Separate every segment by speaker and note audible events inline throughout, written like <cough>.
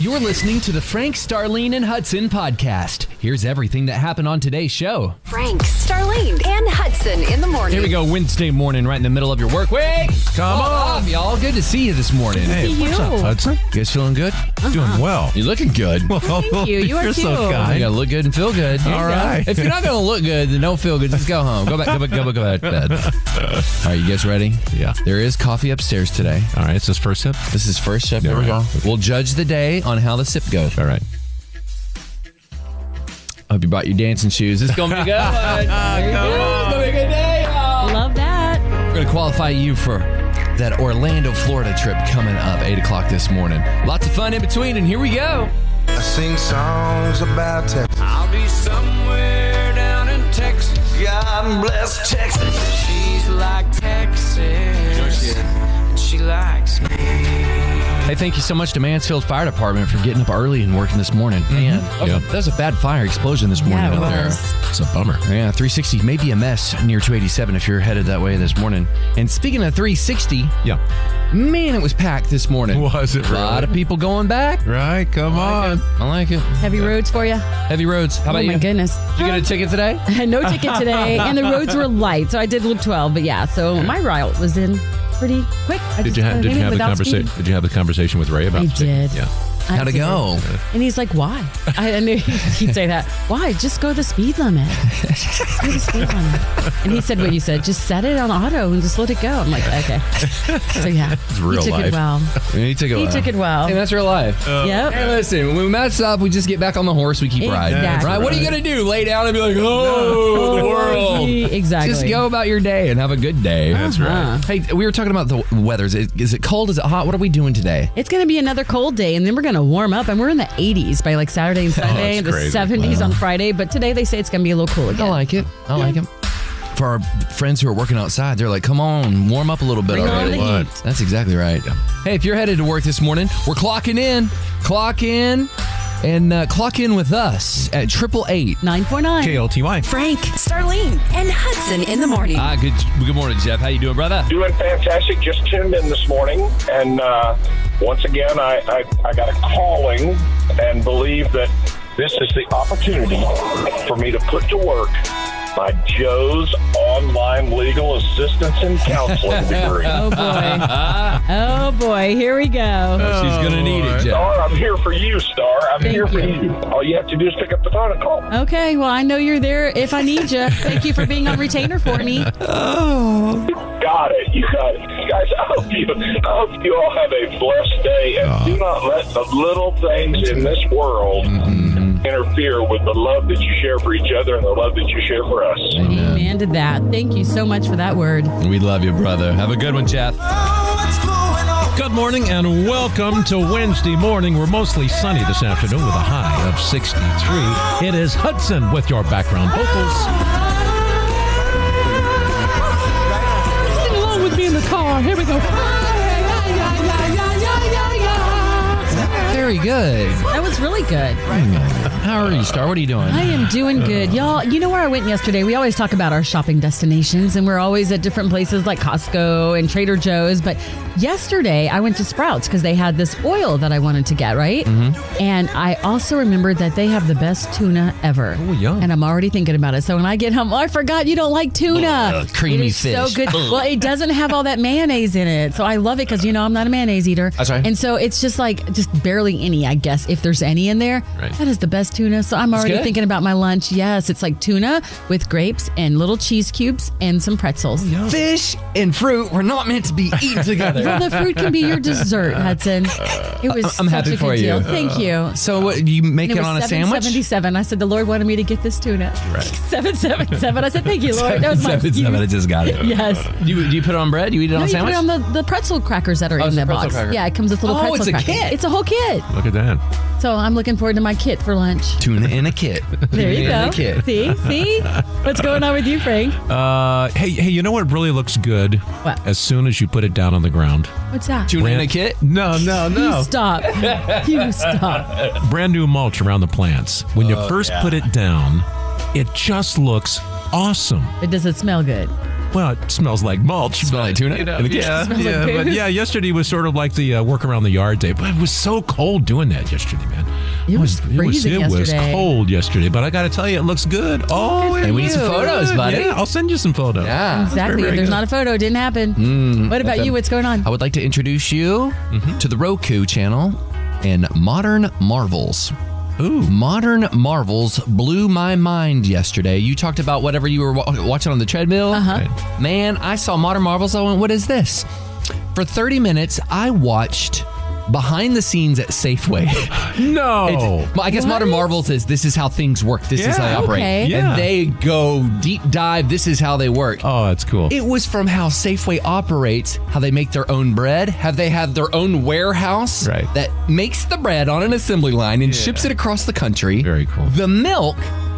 Speaker 1: You're listening to the Frank, Starlene, and Hudson podcast. Here's everything that happened on today's show.
Speaker 2: Frank, Starlene, and Hudson in the morning.
Speaker 1: Here we go, Wednesday morning, right in the middle of your work week.
Speaker 3: Come
Speaker 1: What
Speaker 3: on.
Speaker 1: up, Oh, y'all. Good to see you this morning.
Speaker 3: Hey, what's up, Hudson?
Speaker 1: You guys feeling good?
Speaker 3: Doing well.
Speaker 1: You're looking good.
Speaker 3: Uh-huh. <laughs> Thank
Speaker 4: you. You are
Speaker 3: are so
Speaker 4: too.
Speaker 1: You
Speaker 3: kind.
Speaker 1: gotta look good and feel good.
Speaker 3: All right.
Speaker 1: If you're not gonna look good, then don't feel good. Just go home. Go back. Go back. Go back. Go back to bed. All right, you guys ready?
Speaker 3: Yeah.
Speaker 1: There is coffee upstairs today.
Speaker 3: All right, it's this first sip.
Speaker 1: This is first sip.
Speaker 3: There we go.
Speaker 1: We'll judge the day on how the sip goes.
Speaker 3: All right.
Speaker 1: I hope you bought your dancing shoes. It's gonna be good. it's gonna be a good day. y'all.
Speaker 4: Love that.
Speaker 1: We're gonna qualify you for that Orlando, Florida trip coming up eight o'clock this morning. Lots of fun in between, and here we go.
Speaker 5: I sing songs about Texas. I'll be somewhere down in Texas. God bless Texas. She's like Texas. And she likes me.
Speaker 1: Hey, thank you so much to Mansfield Fire Department for getting up early and working this morning. Man, that was,
Speaker 3: Yeah.
Speaker 1: a, that was a bad fire explosion this morning
Speaker 4: Mm-hmm. Yeah, it
Speaker 1: out there.
Speaker 4: was.
Speaker 3: It's a bummer.
Speaker 1: Yeah, 360 may be a mess near 287 if you're headed that way this morning. And speaking of 360,
Speaker 3: Yeah.
Speaker 1: man, it was packed this morning.
Speaker 3: <laughs> Was it
Speaker 1: A lot
Speaker 3: really?
Speaker 1: of people going back.
Speaker 3: Right, come on.
Speaker 1: I like it.
Speaker 4: Heavy roads for you. Oh
Speaker 1: Heavy roads. How about
Speaker 4: my
Speaker 1: you?
Speaker 4: goodness.
Speaker 1: Did you get a ticket today?
Speaker 4: <laughs> no ticket today, and the roads were light, so I did loop 12. But yeah, so my route was in pretty quick. I
Speaker 3: Did
Speaker 4: just
Speaker 3: you have
Speaker 4: kinda
Speaker 3: did
Speaker 4: did
Speaker 3: you have the
Speaker 4: without
Speaker 3: conversation
Speaker 4: speeding.
Speaker 3: did you have the conversation with Ray about
Speaker 4: I
Speaker 3: speeding?
Speaker 4: did.
Speaker 3: Yeah. <laughs>
Speaker 4: I
Speaker 1: How'd it
Speaker 4: did.
Speaker 1: go?
Speaker 4: And he's like, "Why?" I, I knew <laughs> he'd say that. Why? Just go the speed limit. Just go
Speaker 1: <laughs>
Speaker 4: the speed limit. And he said what you said. Just set it on auto and just let it go. I'm like, okay. So yeah, it's
Speaker 3: real
Speaker 4: he took
Speaker 3: life.
Speaker 4: it well.
Speaker 1: He took it
Speaker 4: He took it well.
Speaker 1: Hey, that's real life.
Speaker 3: Uh,
Speaker 4: yep.
Speaker 1: Hey, listen, when we mess up, we just get back on the horse, we keep riding.
Speaker 4: Exactly.
Speaker 1: Right? What are you going to do? Lay down and be like, oh, the world.
Speaker 4: He- Exactly. Uh-huh.
Speaker 1: Just go about your day and have a good day.
Speaker 3: That's right.
Speaker 1: Hey, we were talking about the weather. Is it, is it cold? Is it hot? What are we doing today?
Speaker 4: It's going to be another cold day, and then we're going to warm up, and we're in the 80s by like Saturday and Sunday,
Speaker 3: Oh, that's
Speaker 4: the
Speaker 3: crazy.
Speaker 4: 70s on Friday. But today they say it's going to be a little cool again.
Speaker 1: I like it. I like it. For our friends who are working outside, they're like, come on, warm up a little bit
Speaker 4: Bring on
Speaker 1: already.
Speaker 4: the heat.
Speaker 3: What?
Speaker 1: That's exactly right. Hey, if you're headed to work this morning, we're clocking in. Clock in and uh, clock in with us at 888.
Speaker 4: 949.
Speaker 3: KLTY.
Speaker 2: Frank, Starlene, and Hudson in the morning.
Speaker 1: Ah, good good morning, Jeff. How you doing, brother?
Speaker 6: Doing fantastic. Just tuned in this morning, and uh, once again, I, I, I got a calling and believe that this is the opportunity for me to put to work my Joe's online legal assistance
Speaker 4: <laughs>
Speaker 6: and counseling degree.
Speaker 4: Oh, boy. oh, boy. Here we go.
Speaker 1: She's
Speaker 3: Oh,
Speaker 1: gonna need it, Jeff.
Speaker 6: Star, I'm here for you, Star. I'm
Speaker 4: Thank
Speaker 6: here for
Speaker 4: you.
Speaker 6: you. All you have to do is pick up the phone and call.
Speaker 4: Okay. Well, I know you're there if I need you. Thank you for being on retainer for me.
Speaker 6: Got it. You got it. Guys, I hope you, I hope you all have a blessed day and do not let the little things in this world interfere with the love that you share for each other and the love that you share for us.
Speaker 4: Amen to that. Thank you so much for that word.
Speaker 1: We love you, brother. Have a good one, Jeff.
Speaker 5: Oh, what's going on?
Speaker 3: Good morning and welcome to Wednesday morning. We're mostly sunny this afternoon with a high of 63. It is Hudson with your background vocals.
Speaker 4: Sing along with me in the car. Here we go.
Speaker 1: Very good.
Speaker 4: That was really good.
Speaker 1: How are you, Star? What are you doing?
Speaker 4: I am doing good, y'all. You know where I went yesterday? We always talk about our shopping destinations, and we're always at different places like Costco and Trader Joe's. But yesterday, I went to Sprouts because they had this oil that I wanted to get, right?
Speaker 1: Mm-hmm.
Speaker 4: And I also remembered that they have the best tuna ever.
Speaker 3: Oh, yum.
Speaker 4: And I'm already thinking about it. So when I get home, oh, I forgot you don't like tuna.
Speaker 1: Ugh, creamy
Speaker 4: It is
Speaker 1: fish.
Speaker 4: So good. well, it doesn't have all that mayonnaise in it, so I love it because you know I'm not a mayonnaise eater.
Speaker 1: That's right.
Speaker 4: And so it's just like just barely any, I guess, if there's any in there.
Speaker 3: Right.
Speaker 4: That is the best tuna. So I'm already
Speaker 1: good.
Speaker 4: thinking about my lunch. Yes, it's like tuna with grapes and little cheese cubes and some
Speaker 1: Oh,
Speaker 4: pretzels.
Speaker 1: Fish and fruit were not meant to be eaten together.
Speaker 4: Well, the fruit can be your dessert, Hudson. It was.
Speaker 1: Uh, I'm
Speaker 4: such
Speaker 1: happy
Speaker 4: a
Speaker 1: for
Speaker 4: good
Speaker 1: you.
Speaker 4: Deal. Thank you.
Speaker 1: <laughs> so, what, you make
Speaker 4: And
Speaker 1: it,
Speaker 4: it was
Speaker 1: on a sandwich? <laughs>
Speaker 4: 777. I said the Lord wanted me to get this tuna. <laughs> Right. 777. I said thank you, Lord. That was
Speaker 1: <laughs>
Speaker 4: my excuse.
Speaker 1: 777, I just got it.
Speaker 4: Yes.
Speaker 1: Do you, do you put it on bread? You eat it on
Speaker 4: No,
Speaker 1: a
Speaker 4: you put
Speaker 1: sandwich? Oh,
Speaker 4: it on the, the pretzel crackers that are
Speaker 1: it's
Speaker 4: in
Speaker 1: a
Speaker 4: that
Speaker 1: pretzel
Speaker 4: box.
Speaker 1: cracker.
Speaker 4: Yeah, it comes with little
Speaker 1: Oh,
Speaker 4: pretzel
Speaker 1: it's a
Speaker 4: crackers.
Speaker 1: kit.
Speaker 4: It's a whole kit.
Speaker 3: Look at that.
Speaker 4: So I'm looking forward to my kit for lunch.
Speaker 1: Tuna in a kit.
Speaker 4: There you
Speaker 1: Tuna
Speaker 4: go.
Speaker 1: In a kit.
Speaker 4: <laughs> See, see, what's going on with you, Frank?
Speaker 3: Uh, hey, hey, you know what really looks good?
Speaker 4: What?
Speaker 3: As soon as you put it down on the ground.
Speaker 4: What's that?
Speaker 1: Tuna in
Speaker 3: Brand-
Speaker 1: a kit?
Speaker 3: No, no,
Speaker 4: You
Speaker 3: no.
Speaker 1: <laughs>
Speaker 4: stop. You stop.
Speaker 3: Brand new mulch around the plants. When
Speaker 1: Oh,
Speaker 3: you first put it down, it just looks awesome.
Speaker 4: But does it smell good?
Speaker 3: Well, it smells like mulch.
Speaker 1: Smell like tuna <laughs>
Speaker 3: You know,
Speaker 1: in the kitchen.
Speaker 3: yeah, yeah, but yeah. Yesterday was sort of like the uh, work around the yard day, but it was so cold doing that yesterday, man.
Speaker 4: It was freezing
Speaker 3: it was
Speaker 4: yesterday.
Speaker 3: cold yesterday, but I got to tell you, it looks good. Oh, it
Speaker 1: And we need some
Speaker 3: is.
Speaker 1: photos, buddy.
Speaker 3: Yeah, I'll send you some photos.
Speaker 1: Yeah.
Speaker 4: Exactly.
Speaker 3: very
Speaker 4: There's
Speaker 3: good.
Speaker 4: not a photo. It didn't happen.
Speaker 1: Hmm,
Speaker 4: what about you? What's going on?
Speaker 1: I would like to introduce you to the Roku channel and Modern Marvels. Ooh. Modern Marvels blew my mind yesterday. You talked about whatever you were wa- watching on the treadmill. Uh-huh. Man, I saw Modern Marvels. I went, what is this? For 30 minutes, I watched behind the scenes at Safeway. <laughs>
Speaker 3: No.
Speaker 1: Well, I guess Modern Marvels is this is how things work. This is how they
Speaker 3: Oh. Yeah.
Speaker 1: operate.
Speaker 4: Okay.
Speaker 3: Yeah.
Speaker 1: And they go deep dive. This is how they work.
Speaker 3: oh, that's cool.
Speaker 1: It was from how Safeway operates, how they make their own bread, how they have their own warehouse
Speaker 3: Right.
Speaker 1: that makes the bread on an assembly line and ships it across the country.
Speaker 3: Very cool.
Speaker 1: The milk,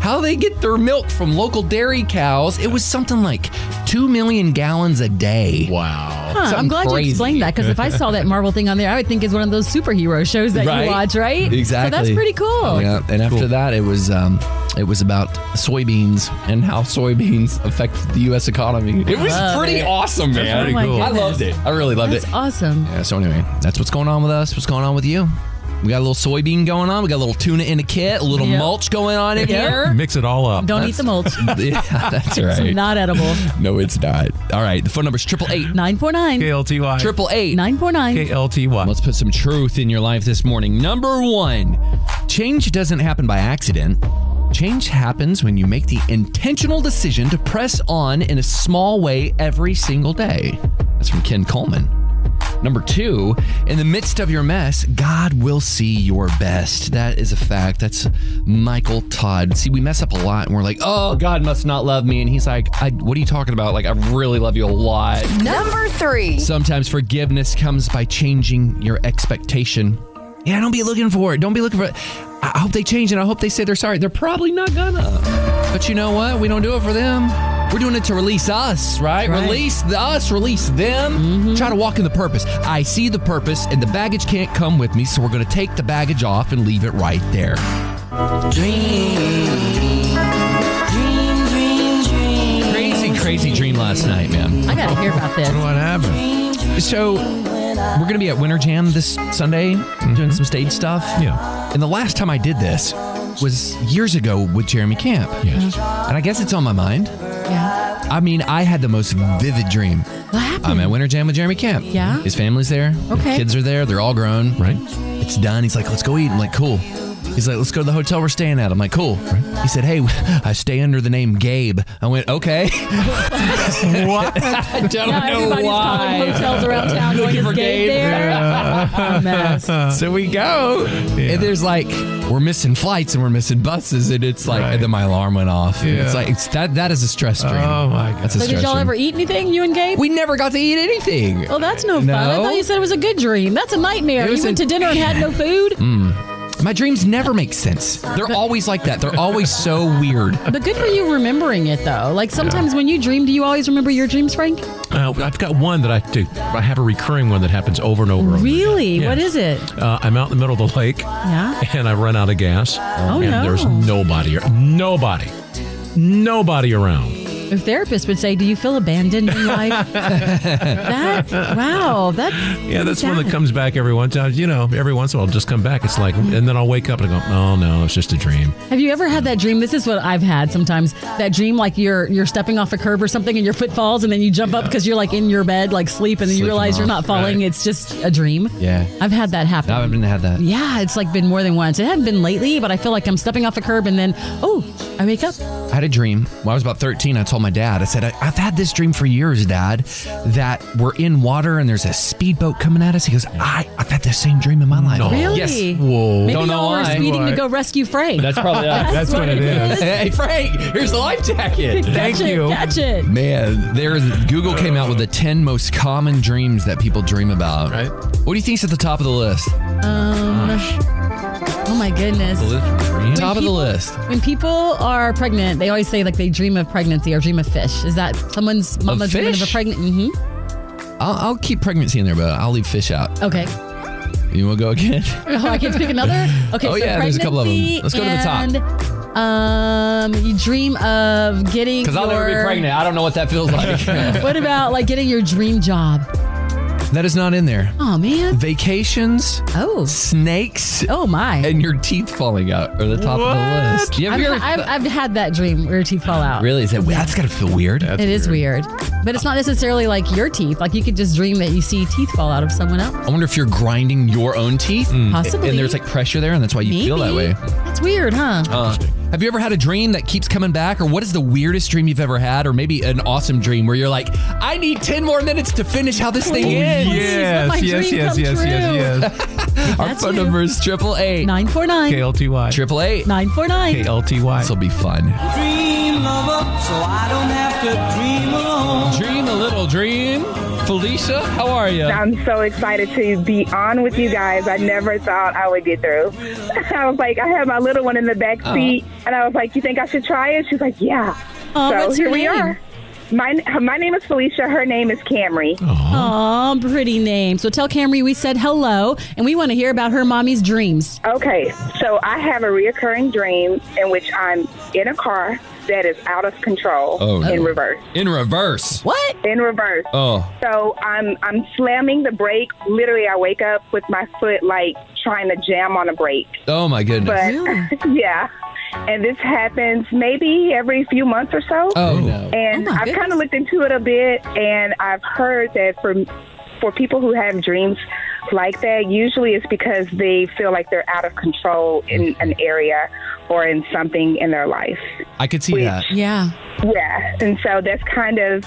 Speaker 1: how they get their milk from local dairy cows. It was something like 2 million gallons a day.
Speaker 3: wow.
Speaker 4: Huh, I'm
Speaker 1: something
Speaker 4: glad
Speaker 1: crazy.
Speaker 4: you explained that because if I saw that Marvel thing on there, I would think it's one of those superhero shows that
Speaker 1: Right.
Speaker 4: you watch, right?
Speaker 1: Exactly.
Speaker 4: So that's pretty cool.
Speaker 1: Yeah, and after that, it was um, it was about soybeans and how soybeans affect the U.S. economy. It was
Speaker 4: Love
Speaker 1: pretty
Speaker 4: it.
Speaker 1: awesome, man.
Speaker 4: pretty Oh my cool.
Speaker 1: I loved it. I really loved
Speaker 4: That's
Speaker 1: it.
Speaker 4: awesome.
Speaker 1: Yeah, so anyway, that's what's going on with us. What's going on with you? We got a little soybean going on. We got a little tuna in a kit. A little
Speaker 4: Yeah.
Speaker 1: mulch going on in
Speaker 4: Yeah.
Speaker 1: here.
Speaker 3: Mix it all up.
Speaker 4: Don't eat the mulch.
Speaker 1: <laughs> yeah, that's <laughs>
Speaker 4: It's
Speaker 1: right.
Speaker 4: not edible.
Speaker 1: <laughs> no, it's not. All right, the phone number's triple eight.
Speaker 4: 949.
Speaker 3: KLTY.
Speaker 1: Triple eight.
Speaker 4: 949.
Speaker 3: KLTY.
Speaker 1: Let's put some truth in your life this morning. Number one, change doesn't happen by accident. Change happens when you make the intentional decision to press on in a small way every single day. That's from Ken Coleman. Number two, in the midst of your mess, God will see your best. That is a fact. That's Michael Todd. See, we mess up a lot and we're like, oh, God must not love me. And he's like, I, what are you talking about? Like, I really love you a lot.
Speaker 2: Number three.
Speaker 1: Sometimes forgiveness comes by changing your expectation. Yeah, don't be looking for it. Don't be looking for it. I I hope they change and I hope they say they're sorry. They're probably not gonna. But you know what? We don't do it for them. We're doing it to release us, right?
Speaker 4: That's right.
Speaker 1: Release the, us, release them. Try to walk in the purpose. I see the purpose, and the baggage can't come with me, so we're gonna take the baggage off and leave it right there. Crazy, crazy dream last night, man.
Speaker 4: I got to hear about this.
Speaker 3: What happened?
Speaker 1: So we're gonna be at Winter Jam this Sunday,
Speaker 4: Mm-hmm.
Speaker 1: doing some stage stuff.
Speaker 3: Yeah.
Speaker 1: And the last time I did this was years ago with Jeremy Camp. Mm-hmm.
Speaker 3: Yes.
Speaker 1: And I guess it's on my mind.
Speaker 4: Yeah.
Speaker 1: I mean, I had the most vivid dream.
Speaker 4: What happened?
Speaker 1: I'm at Winter Jam with Jeremy Camp.
Speaker 4: Hmm. Yeah.
Speaker 1: His family's there.
Speaker 4: Okay.
Speaker 1: Kids are there. They're all grown.
Speaker 3: Right?
Speaker 1: It's done. He's like, let's go eat. I'm like, cool. He's like, let's go to the hotel we're staying at. I'm like, cool. He said, hey, <laughs> I stay under the name Gabe. I went,
Speaker 4: <laughs>
Speaker 1: okay.
Speaker 3: What?
Speaker 1: <laughs> I don't
Speaker 4: yeah,
Speaker 1: know
Speaker 4: everybody's calling
Speaker 1: why. <laughs>
Speaker 4: hotels around town going,
Speaker 1: Looking
Speaker 4: is
Speaker 1: for Gabe."
Speaker 4: Gabe there? A
Speaker 1: <laughs>
Speaker 4: mess.
Speaker 1: So we go, and there's like we're missing flights and we're missing buses, and it's like,
Speaker 3: Right.
Speaker 1: and then my alarm went off. And it's
Speaker 3: Yeah.
Speaker 1: like it's that that is a stress dream.
Speaker 3: Oh, my God.
Speaker 1: That's a
Speaker 4: So
Speaker 1: stress
Speaker 4: did y'all
Speaker 1: dream.
Speaker 4: ever eat anything, you and Gabe?
Speaker 1: we never got to eat anything.
Speaker 4: well, that's no, fun. I
Speaker 1: No.
Speaker 4: thought you said it was a good dream. That's a nightmare.
Speaker 1: It
Speaker 4: You
Speaker 1: was Mm.
Speaker 4: went
Speaker 1: a-
Speaker 4: to dinner
Speaker 1: <laughs>
Speaker 4: and had no food?
Speaker 1: My dreams never make sense. They're always like that. They're always so weird.
Speaker 4: But good for you remembering it, though. Like, sometimes when you dream, do you always remember your dreams, Frank?
Speaker 3: Uh, I've got one that I do. I have a recurring one that happens over and over. and over
Speaker 4: Really?
Speaker 3: again.
Speaker 4: What
Speaker 3: Yes.
Speaker 4: is it?
Speaker 3: Uh, I'm out in the middle of the lake
Speaker 4: Yeah.
Speaker 3: and I run out of gas.
Speaker 4: Oh,
Speaker 3: and
Speaker 4: no.
Speaker 3: there's nobody, nobody, nobody around.
Speaker 4: Your therapist would say, "Do you feel abandoned in life?" <laughs> that wow, that's
Speaker 3: Yeah, that's one that
Speaker 4: sad.
Speaker 3: comes back every once. uh, You know, every once in a while, it'll just come back. It's like, and then I'll wake up and I go, oh no, it's just a dream.
Speaker 4: Have you ever had that dream? This is what I've had sometimes. That dream, like you're you're stepping off a curb or something, and your foot falls, and then you jump up because you're like in your bed, like sleep, and then you
Speaker 1: Sleeping
Speaker 4: realize you're
Speaker 1: off,
Speaker 4: not falling.
Speaker 3: right.
Speaker 4: It's just a dream.
Speaker 1: Yeah.
Speaker 4: I've had that happen.
Speaker 1: No, I haven't had that.
Speaker 4: yeah, it's like been more than once. It hadn't been lately, but I feel like I'm stepping off a curb and then, oh, I wake up.
Speaker 1: I had a dream when I was about 13. I told my dad, I said, I- I've had this dream for years, Dad, that we're in water and there's a speedboat coming at us. He goes, I, I've had the same dream in my life.
Speaker 3: No.
Speaker 4: Really?
Speaker 1: Yes.
Speaker 3: Whoa.
Speaker 4: Maybe
Speaker 1: Don't know
Speaker 4: y'all were
Speaker 1: why.
Speaker 4: speeding to go rescue Frank.
Speaker 1: That's
Speaker 4: <laughs>
Speaker 1: probably us.
Speaker 3: That's what it is.
Speaker 1: <laughs> Hey, Frank, here's the life jacket.
Speaker 4: Catch it, Catch it.
Speaker 1: Man, there's Google came out with the 10 most common dreams that people dream about.
Speaker 3: Right.
Speaker 1: What do you think's at the top of the list?
Speaker 4: Oh my goodness.
Speaker 3: Dream?
Speaker 1: Top of the
Speaker 4: people-
Speaker 1: list.
Speaker 4: When people are pregnant, they always say like they dream of pregnancy or dream of fish. Is that someone's mama dreaming of a
Speaker 1: fish?
Speaker 4: pregnant? Mm-hmm.
Speaker 1: I'll, I'll keep pregnancy in there, but I'll leave fish out.
Speaker 4: Okay. <laughs>
Speaker 1: You want to go again? <laughs>
Speaker 4: Oh, I can pick another. Okay.
Speaker 1: Oh,
Speaker 4: so
Speaker 1: yeah, there's a couple of 'em.
Speaker 4: pregnancy
Speaker 1: Let's go to the top.
Speaker 4: and, Um, you dream of getting
Speaker 1: Because I'll never be
Speaker 4: your-
Speaker 1: pregnant. I don't know what that feels like.
Speaker 4: What about like getting your dream job?
Speaker 1: <laughs> that is not in there.
Speaker 4: Oh man.
Speaker 1: Vacations,
Speaker 4: Oh.
Speaker 1: snakes,
Speaker 4: Oh my.
Speaker 1: and your teeth falling out are the top of the
Speaker 3: What?
Speaker 1: list. You
Speaker 4: I've,
Speaker 1: ever-
Speaker 4: I've, I've had that dream where your teeth fall out.
Speaker 1: really? Is that, that's got to feel weird.
Speaker 4: It is weird. But it's not necessarily like your teeth. Like you could just dream that you see teeth fall out of someone else.
Speaker 1: I wonder if you're grinding your own teeth.
Speaker 4: Possibly.
Speaker 1: And there's like pressure there, and that's why you
Speaker 4: Maybe.
Speaker 1: feel that way.
Speaker 4: That's weird, huh?
Speaker 1: Uh, have you ever had a dream that keeps coming back? Or what is the weirdest dream you've ever had? Or maybe an awesome dream where you're like, I need 10 more minutes to finish how this thing
Speaker 4: Please,
Speaker 1: ends.
Speaker 4: let my dream come true.
Speaker 1: Our
Speaker 4: That's
Speaker 1: phone
Speaker 4: you.
Speaker 1: number is 888
Speaker 4: Nine four nine.
Speaker 3: KLTY.
Speaker 1: Triple eight.
Speaker 4: Nine four nine.
Speaker 1: This
Speaker 3: KLTY.
Speaker 1: will be fun.
Speaker 7: dream lover, so I don't have to dream alone.
Speaker 1: Dream a little dream. Felicia, how are you?
Speaker 8: I'm so excited to be on with you guys. I never thought I would get through. <laughs> I was like, I had my little one in the back
Speaker 1: Uh-huh.
Speaker 8: seat, and I was like, "You think I should try it?" She's like, "Yeah."
Speaker 1: Uh,
Speaker 4: Aw,
Speaker 8: so
Speaker 4: what's
Speaker 8: here
Speaker 4: your
Speaker 8: we
Speaker 4: name?
Speaker 8: are. My my name is Felicia. Her name is Camry.
Speaker 4: Aw, pretty name. So tell Camry we said hello, and we want to hear about her mommy's dreams.
Speaker 1: Oh.
Speaker 8: Okay, so I have a reoccurring dream in which I'm in a car that is out of control
Speaker 1: Oh,
Speaker 8: in
Speaker 1: no.
Speaker 8: reverse.
Speaker 1: In reverse.
Speaker 4: What?
Speaker 8: In reverse.
Speaker 1: Oh,
Speaker 8: So I'm I'm slamming the brake. Literally, I wake up with my foot like trying to jam on a brake.
Speaker 1: oh my goodness.
Speaker 8: But <laughs> yeah, and this happens maybe every few months or so.
Speaker 1: oh, no.
Speaker 8: and
Speaker 4: Oh, my
Speaker 8: I've kind
Speaker 4: goodness.
Speaker 8: of looked into it a bit, and I've heard that for for people who have dreams like that, usually it's because they feel like they're out of control in an area or in something in their life.
Speaker 1: I could see that.
Speaker 4: Yeah.
Speaker 8: Yeah, and so that's kind of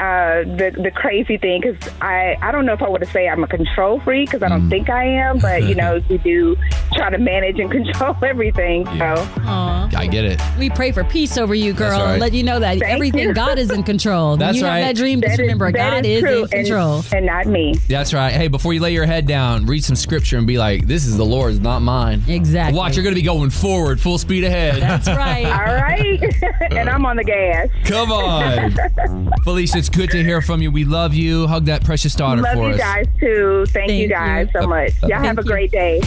Speaker 8: uh, the the crazy thing because I I don't know if I would say I'm a control freak because I
Speaker 4: Mm.
Speaker 8: don't think I am, but you
Speaker 4: <laughs>
Speaker 8: know we do try to manage and <laughs> control everything. So.
Speaker 4: Aw.
Speaker 1: I get it.
Speaker 4: We pray for peace over you, girl.
Speaker 1: That's right.
Speaker 4: Let you know that everything
Speaker 8: you.
Speaker 4: God is in control. When
Speaker 1: That's
Speaker 4: you
Speaker 1: right.
Speaker 4: have that dream,
Speaker 8: That
Speaker 4: just
Speaker 8: is-
Speaker 4: remember
Speaker 8: that
Speaker 4: God is,
Speaker 8: is true,
Speaker 4: in control.
Speaker 8: And, and not me.
Speaker 1: That's right. Hey, before you lay your head down, read some scripture and be like, this is the Lord's, not mine.
Speaker 4: Exactly.
Speaker 1: Watch, you're going to be going forward, full speed ahead.
Speaker 4: That's right.
Speaker 8: <laughs> All right. and I'm on the gas.
Speaker 1: <laughs> Come on. Felicia, it's good to hear from you. We love you. Hug that precious daughter
Speaker 8: Love
Speaker 1: for
Speaker 8: you
Speaker 1: us.
Speaker 8: guys too. Thank,
Speaker 4: Thank
Speaker 8: you guys
Speaker 4: you.
Speaker 8: so much. Y'all have a
Speaker 4: you.
Speaker 8: great day.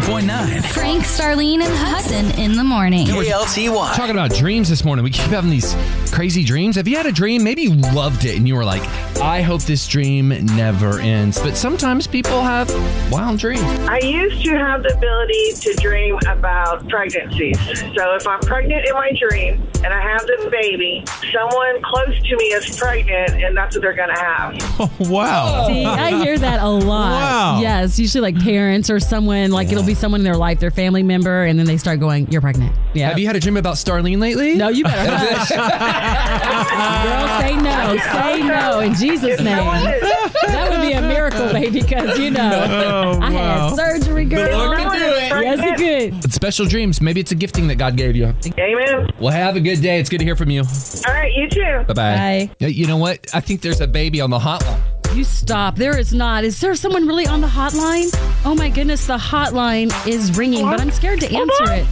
Speaker 7: 94.9
Speaker 9: Frank, Starlene, and Hudson in the morning.
Speaker 7: KLTY.
Speaker 1: Talking about dreams this morning, we keep having these crazy dreams. Have you had a dream? Maybe you loved it and you were like, I hope this dream never ends. But sometimes people have wild
Speaker 8: <laughs>
Speaker 1: dreams.
Speaker 10: I used to have the ability to dream about pregnancies. So if I'm pregnant in my dream and I have this baby, someone close to me is pregnant and that's what they're going to have.
Speaker 3: wow.
Speaker 4: See, I hear that a lot.
Speaker 3: Wow.
Speaker 4: Yes, usually like parents or someone, like it'll be someone in their life, their family member, and then they start going, You're pregnant. Yeah.
Speaker 1: Have you had a dream about Starlene lately?
Speaker 4: no, you better hush. Girl, say no. Say no in Jesus' name. That would be a miracle, baby, because, you
Speaker 1: Oh,
Speaker 4: know, I had surgery, girl. Yes, it could.
Speaker 1: It's special dreams. Maybe it's a gifting that God gave you.
Speaker 10: Amen.
Speaker 1: Well, have a good day. It's good to hear from you.
Speaker 10: All right, you too.
Speaker 1: Bye-bye. You know what? I think there's a baby on the hotline.
Speaker 4: You stop. There is not. Is there someone really on the hotline? Oh my goodness, the hotline is ringing, but I'm scared to answer it.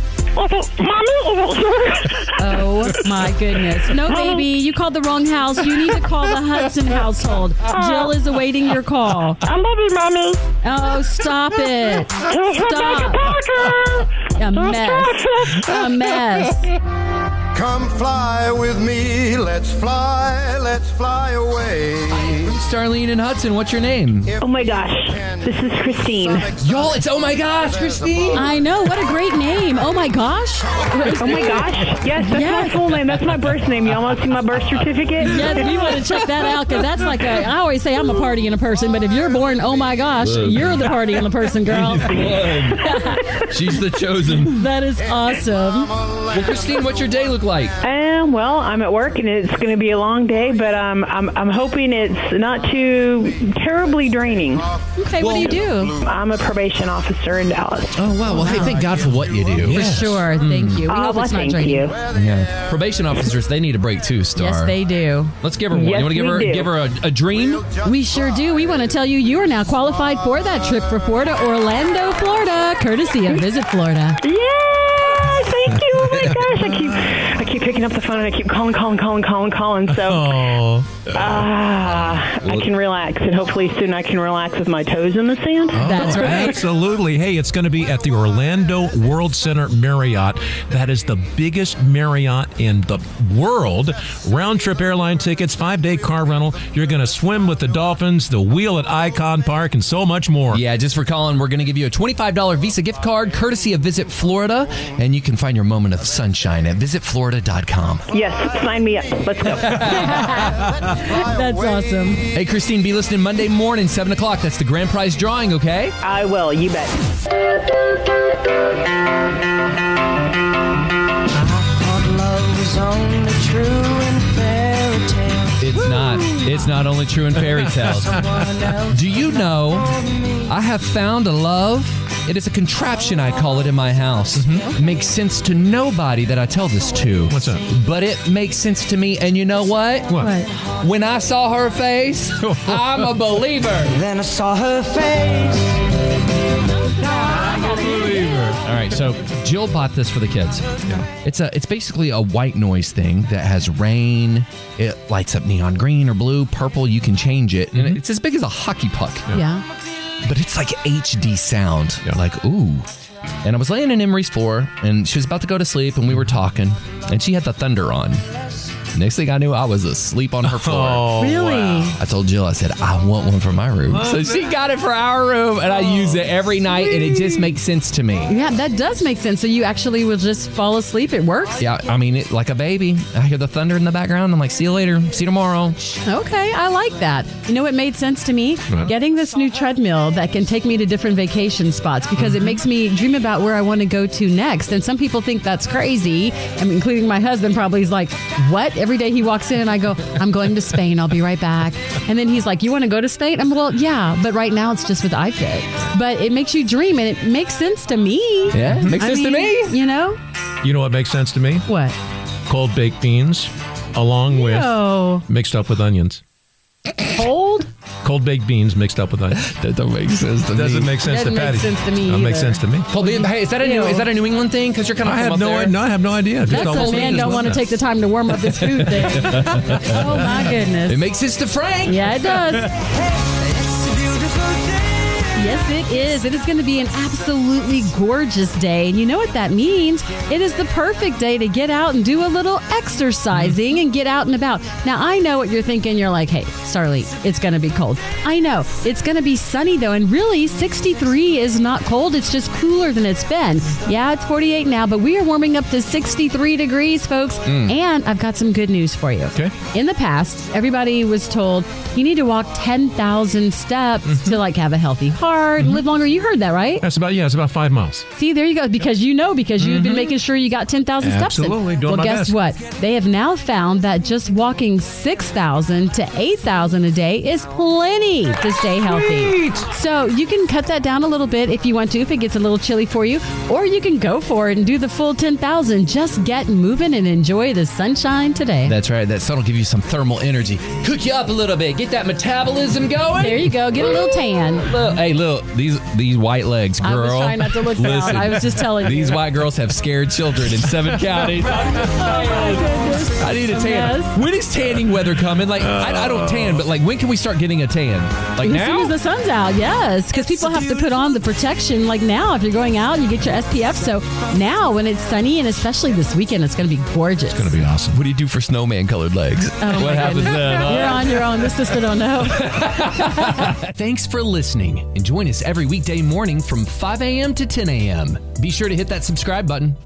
Speaker 4: <laughs> Oh my goodness. No, baby, you called the wrong house. You need to call the
Speaker 10: <laughs>
Speaker 4: Hudson household. Jill is awaiting your call.
Speaker 10: I love Oh. you, Mommy.
Speaker 4: Oh, stop it. Stop. A mess. A mess.
Speaker 5: Come fly with me, let's fly, let's fly away.
Speaker 1: Starlene and Hudson, what's your name?
Speaker 5: Oh my gosh, this is Christine.
Speaker 1: Y'all, it's oh my gosh, Christine.
Speaker 4: <laughs> I know. What a great name. Oh
Speaker 10: <laughs>
Speaker 4: my gosh.
Speaker 10: Oh my gosh. Yes, that's
Speaker 4: my Yes.
Speaker 10: full name. That's my birth name. Y'all want to see my birth certificate?
Speaker 4: Yes, we want to check that out because that's like a. I always say I'm a party in a person, but if you're born, oh my gosh, you're the party in a
Speaker 3: <laughs>
Speaker 4: person, girl.
Speaker 1: She's the chosen.
Speaker 4: That is awesome.
Speaker 1: Well, Christine, what's your day look like?
Speaker 10: Um, well, I'm at work and it's going to be a long day, but um, I'm, I'm hoping it's not too terribly draining.
Speaker 4: Okay, what do you do?
Speaker 10: I'm a probation officer in Dallas.
Speaker 1: Oh wow. Well, hey, thank God for what you do.
Speaker 4: For sure.
Speaker 3: Mm.
Speaker 4: Ah, Thank you. We
Speaker 10: Oh,
Speaker 4: hope
Speaker 10: well,
Speaker 4: it's not
Speaker 10: thank
Speaker 4: draining.
Speaker 10: you.
Speaker 1: Yeah. Probation officers, they need a break too, Star.
Speaker 4: Yes, they do.
Speaker 1: Let's give her one.
Speaker 10: Yes,
Speaker 1: you want to give
Speaker 10: we
Speaker 1: her
Speaker 10: do.
Speaker 1: give her a, a dream?
Speaker 4: We sure do. We want to tell you you are now qualified for that trip for Florida, Orlando, Florida, courtesy of Visit Florida.
Speaker 10: Yeah, thank
Speaker 4: <laughs>
Speaker 10: you. Oh my gosh, I keep I keep picking up the phone and I keep calling, calling, calling, calling, calling. So
Speaker 3: Oh.
Speaker 11: Ah, I can relax, and hopefully soon I can relax with my toes in the sand.
Speaker 3: Oh, Absolutely. Hey, it's going to be at the Orlando World Center Marriott. That is the biggest Marriott in the world. Round trip airline tickets, five day car rental. You're going to swim with the dolphins, the wheel at Icon Park, and so much more.
Speaker 1: Yeah, just for calling, we're going to give you a $25 Visa gift card courtesy of Visit Florida, and you can find your moment of sunshine at visitflorida.com.
Speaker 11: Yes, sign me up. Let's go.
Speaker 4: <laughs> <laughs> That's awesome.
Speaker 1: Hey, Christine, be listening Monday morning, 7 o'clock. That's the grand prize drawing, okay?
Speaker 11: I will, you bet.
Speaker 1: It's not. It's not only true in
Speaker 3: <laughs>
Speaker 1: fairy tales. Do you know? I have found a love. It is a contraption, I call it, in my house. Makes sense to nobody that I tell this to. What's
Speaker 3: Mm-hmm. up?
Speaker 1: But it makes sense to me, and you know what?
Speaker 3: What? What?
Speaker 1: When I saw her
Speaker 3: <laughs>
Speaker 1: face, I'm a believer. Then I saw her face. All right, so Jill bought this for the kids. It's a it's basically a white noise thing that has rain. It lights up neon green or blue, purple. You can change it,
Speaker 3: Mm-hmm.
Speaker 1: and it's as big as a hockey puck.
Speaker 4: Yeah.
Speaker 1: But it's like HD sound. Like ooh. And I was laying in Emery's floor, and she was about to go to sleep, and we were talking, and she had the thunder on. Next thing I knew, I was asleep on her floor.
Speaker 3: Oh, Really? wow.
Speaker 1: I told Jill, I said, I want one for my room.
Speaker 3: Oh,
Speaker 1: So she got it for our room, and I use it every night, and it just makes sense to me.
Speaker 4: Yeah, that does make sense. So you actually will just fall asleep. It works.
Speaker 1: Yeah, I mean, it, like a baby. I hear the thunder in the background. I'm like, see you later. See you tomorrow.
Speaker 4: Okay, I like that. You know, it made sense to me
Speaker 1: Right.
Speaker 4: getting this new treadmill that can take me to different vacation spots because
Speaker 3: Mm-hmm.
Speaker 4: it makes me dream about where I want to go to next. And some people think that's crazy. I mean, including my husband probably is like, "What?" Every day he walks in and I go, "I'm going to Spain. I'll be right back." And then he's like, "You want to go to Spain?" I'm well, yeah, but right now it's just with iFit. But it makes you dream, and it makes sense to me.
Speaker 3: Yeah, it makes
Speaker 4: I
Speaker 3: sense to
Speaker 4: mean, You know
Speaker 3: You know what makes sense to me?
Speaker 4: what?
Speaker 3: Cold baked beans, along
Speaker 4: No.
Speaker 3: with mixed up with onions.
Speaker 4: Cold.
Speaker 3: Cold baked beans mixed up with onions.
Speaker 1: that don't make sense to
Speaker 3: Doesn't Doesn't
Speaker 1: me.
Speaker 3: make sense
Speaker 1: Doesn't
Speaker 3: to
Speaker 1: make
Speaker 3: Patty.
Speaker 1: sense to me
Speaker 3: Doesn't make
Speaker 1: either.
Speaker 3: sense to me.
Speaker 1: Well, the- hey, is that a new is that a New England thing? Because you're kind of
Speaker 3: I have no, I- no, I have no idea. Just
Speaker 4: That's
Speaker 3: all of
Speaker 4: a
Speaker 3: a
Speaker 4: man
Speaker 3: sudden
Speaker 4: don't
Speaker 3: just
Speaker 4: want to
Speaker 3: left
Speaker 4: take the time to warm up his food thing. oh my goodness.
Speaker 1: It makes sense to Frank.
Speaker 4: Yeah, it does. Yes, it is. It is going to be an absolutely gorgeous day. And you know what that means? It is the perfect day to get out and do a little exercising and get out and about. Now, I know what you're thinking. You're like, hey, Starly, it's going to be cold. I know. It's going to be sunny, though. And really, 63 is not cold. It's just cooler than it's been. Yeah, it's 48 now, but we are warming up to 63 degrees, folks.
Speaker 12: Mm.
Speaker 4: And I've got some good news for you.
Speaker 12: Okay.
Speaker 4: In the past, everybody was told you need to walk 10,000 steps
Speaker 3: Mm-hmm.
Speaker 4: to like have a healthy heart and live longer. You heard that, right?
Speaker 3: That's about yeah, it's about five miles.
Speaker 4: See, there you go. Because you know, because you've been
Speaker 3: Mhm.
Speaker 4: making sure you got 10,000 steps in.
Speaker 3: Absolutely. Doing
Speaker 4: well,
Speaker 3: my
Speaker 4: guess
Speaker 3: best.
Speaker 4: what? They have now found that just walking 6,000 to 8,000 a day is plenty to stay healthy. So you can cut that down a little bit if you want to, if it gets a little chilly for you, or you can go for it and do the full 10,000. Just get moving and enjoy the sunshine today.
Speaker 1: That's right. That sun'll give you some thermal energy. Cook you up a little bit. Get that metabolism going.
Speaker 4: There you go. Get a little tan.
Speaker 1: Look, hey, look these these white legs,
Speaker 4: I
Speaker 1: girl.
Speaker 4: was trying not to look down.
Speaker 1: Listen,
Speaker 4: I was just telling you. Oh,
Speaker 1: These white girls have scared children in
Speaker 4: <laughs>
Speaker 1: seven counties. I need a tan. When is tanning weather coming? Like, I, I don't tan, but like, when can we start getting a tan? Like
Speaker 4: as soon
Speaker 1: now?
Speaker 4: as the sun's out, yes, because people have to put on the protection. Like now, if you're going out, you get your SPF. So now, when it's sunny, and especially this weekend, it's going to be gorgeous.
Speaker 1: Gonna
Speaker 3: be awesome.
Speaker 1: What do you do for snowman colored legs?
Speaker 4: Oh, my
Speaker 1: what happens
Speaker 4: goodness.
Speaker 1: then? huh?
Speaker 4: You're on your own. The sister don't know.
Speaker 1: <laughs> Thanks for listening and join us every weekday morning from 5 a.m. to 10 a.m. Be sure to hit that subscribe button.